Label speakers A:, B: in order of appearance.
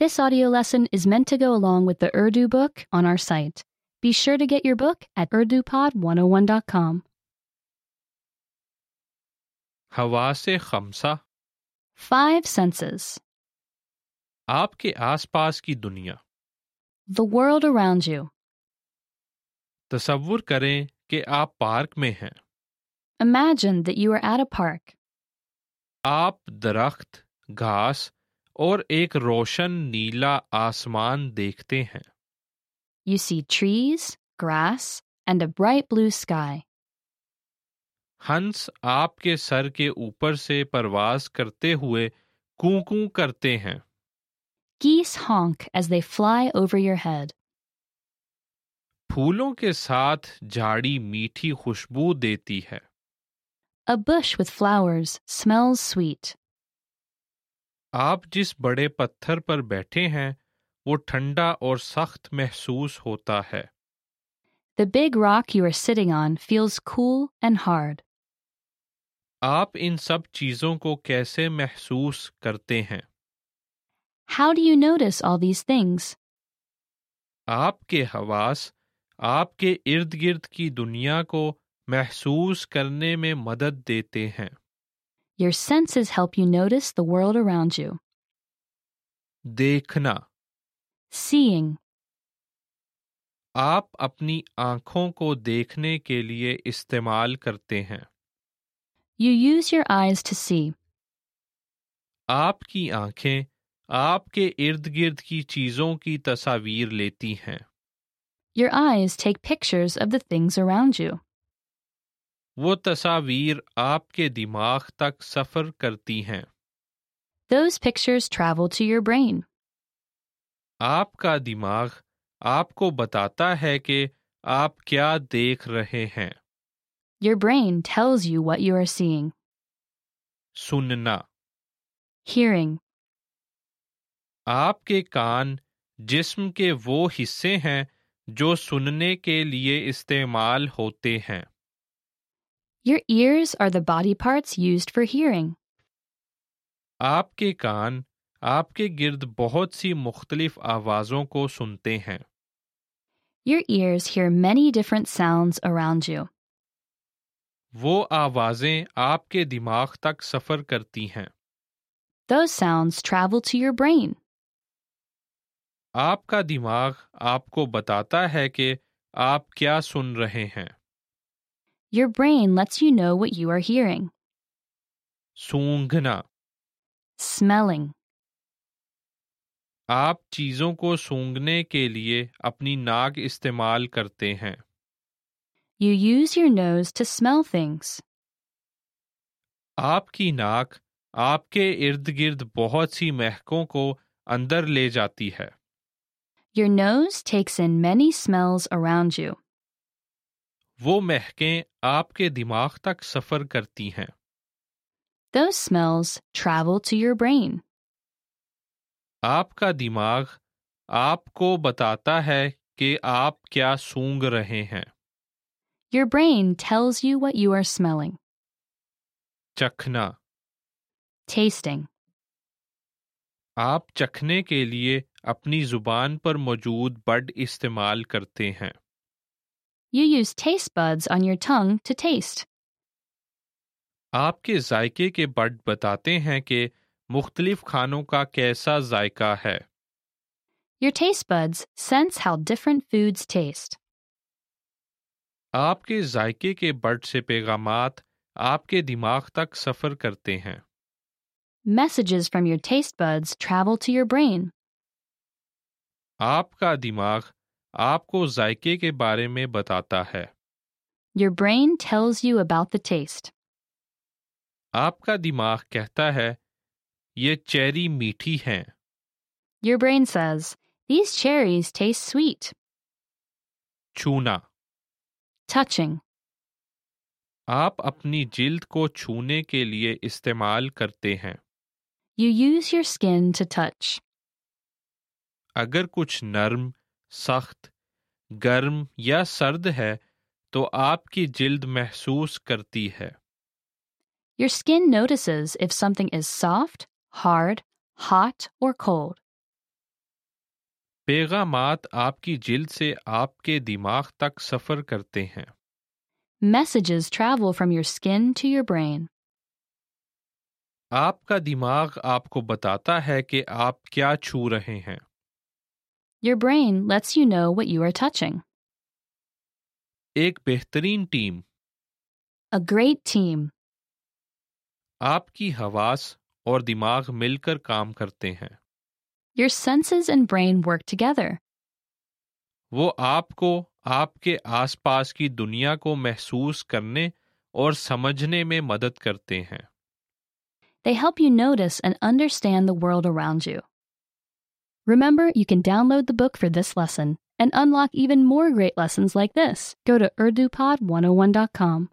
A: This audio lesson is meant to go along with the Urdu book on our site. Be sure to get your book at urdupod101.com.
B: हवास खमसा
A: Five senses
B: आपके आसपास की दुनिया
A: the world around you.
B: तसव्वुर करें कि आप park में हैं
A: Imagine that you are at a park.
B: आप दरख्त घास और एक रोशन नीला आसमान देखते हैं
A: You see trees, grass, and a bright blue sky.
B: हंस आपके सर के ऊपर से परवाज करते हुए कूकू करते हैं
A: Geese honk as they fly over your head.
B: फूलों के साथ झाड़ी मीठी खुशबू देती है
A: A bush with flowers smells sweet.
B: आप जिस बड़े पत्थर पर बैठे हैं वो ठंडा और सख्त महसूस होता है
A: The big rock you are sitting on feels cool and hard.
B: आप इन सब चीजों को कैसे महसूस करते हैं
A: How do you notice all these things?
B: आपके हवास आपके इर्द गिर्द की दुनिया को महसूस करने में मदद देते हैं
A: Your senses help you notice the world around you.
B: देखना
A: Seeing.
B: आप अपनी आंखों को देखने के लिए इस्तेमाल करते हैं
A: You use your eyes to see.
B: आपकी आंखें आपके इर्द गिर्द की चीजों की तस्वीर लेती हैं
A: Your eyes take pictures of the things around you.
B: वो तस्वीर आपके दिमाग तक सफ़र करती हैं
A: Those pictures travel to your brain.
B: आपका दिमाग आपको बताता है कि आप क्या देख रहे हैं
A: Your brain tells you what you are seeing.
B: सुनना
A: Hearing.
B: आपके कान जिस्म के वो हिस्से हैं जो सुनने के लिए इस्तेमाल होते हैं
A: Your ears are the body parts used for hearing.
B: आपके कान आपके गिर्द बहुत सी मुख्तलिफ आवाज़ों को सुनते हैं
A: Your ears hear many different sounds around you.
B: वो आवाज़ें आपके दिमाग तक सफ़र करती हैं
A: Those sounds travel to your brain.
B: आपका दिमाग आपको बताता है कि आप क्या सुन रहे हैं
A: Your brain lets you know what you are hearing.
B: सूंघना
A: Smelling.
B: आप चीजों को सूंघने के लिए अपनी नाक इस्तेमाल करते हैं
A: You use your nose to smell things.
B: आपकी नाक आपके इर्द गिर्द बहुत सी महकों को अंदर ले जाती है
A: Your nose takes in many smells around you.
B: वो महकें आपके दिमाग तक सफर करती हैं
A: Those smells travel to your brain.
B: आपका दिमाग आपको बताता है कि आप क्या सूंघ रहे हैं
A: Your brain tells you what you are smelling.
B: चखना
A: Tasting.
B: आप चखने के लिए अपनी जुबान पर मौजूद बड इस्तेमाल करते हैं
A: You use taste buds on your tongue to taste.
B: आपके जायके के बड बताते हैं कि मुख्तलिफ खानों का कैसा जायका है
A: Your taste buds sense how different foods taste.
B: आपके जायके के बड से पैगाम आपके दिमाग तक सफ़र करते हैं
A: Messages from your taste buds travel to your brain.
B: आपका दिमाग आपको जायके के बारे में बताता है
A: Your brain tells you about the taste.
B: आपका दिमाग कहता है ये चेरी मीठी हैं
A: Your brain says, These cherries taste sweet.
B: छूना
A: Touching.
B: आप अपनी जिल्द को छूने के लिए इस्तेमाल करते हैं
A: You use your skin to touch.
B: अगर कुछ नर्म सख्त गर्म या सर्द है तो आपकी जिल्द महसूस करती है
A: Your skin notices if something is soft, hard, hot, or cold.
B: पैगामात आपकी जिल्द से आपके दिमाग तक सफ़र करते हैं
A: Messages travel from your skin to your brain.
B: आपका दिमाग आपको बताता है कि आप क्या छू रहे हैं
A: Your brain lets you know what you are touching.
B: एक बेहतरीन टीम
A: A great team.
B: आपकी हवास और दिमाग मिलकर काम करते हैं
A: Your senses and brain work together.
B: वो आपको आपके आसपास की दुनिया को महसूस करने और समझने में मदद करते हैं
A: They help you notice and understand the world around you. Remember, you can download the book for this oh lesson and unlock even more great lessons like this. Go to urdupod101.com.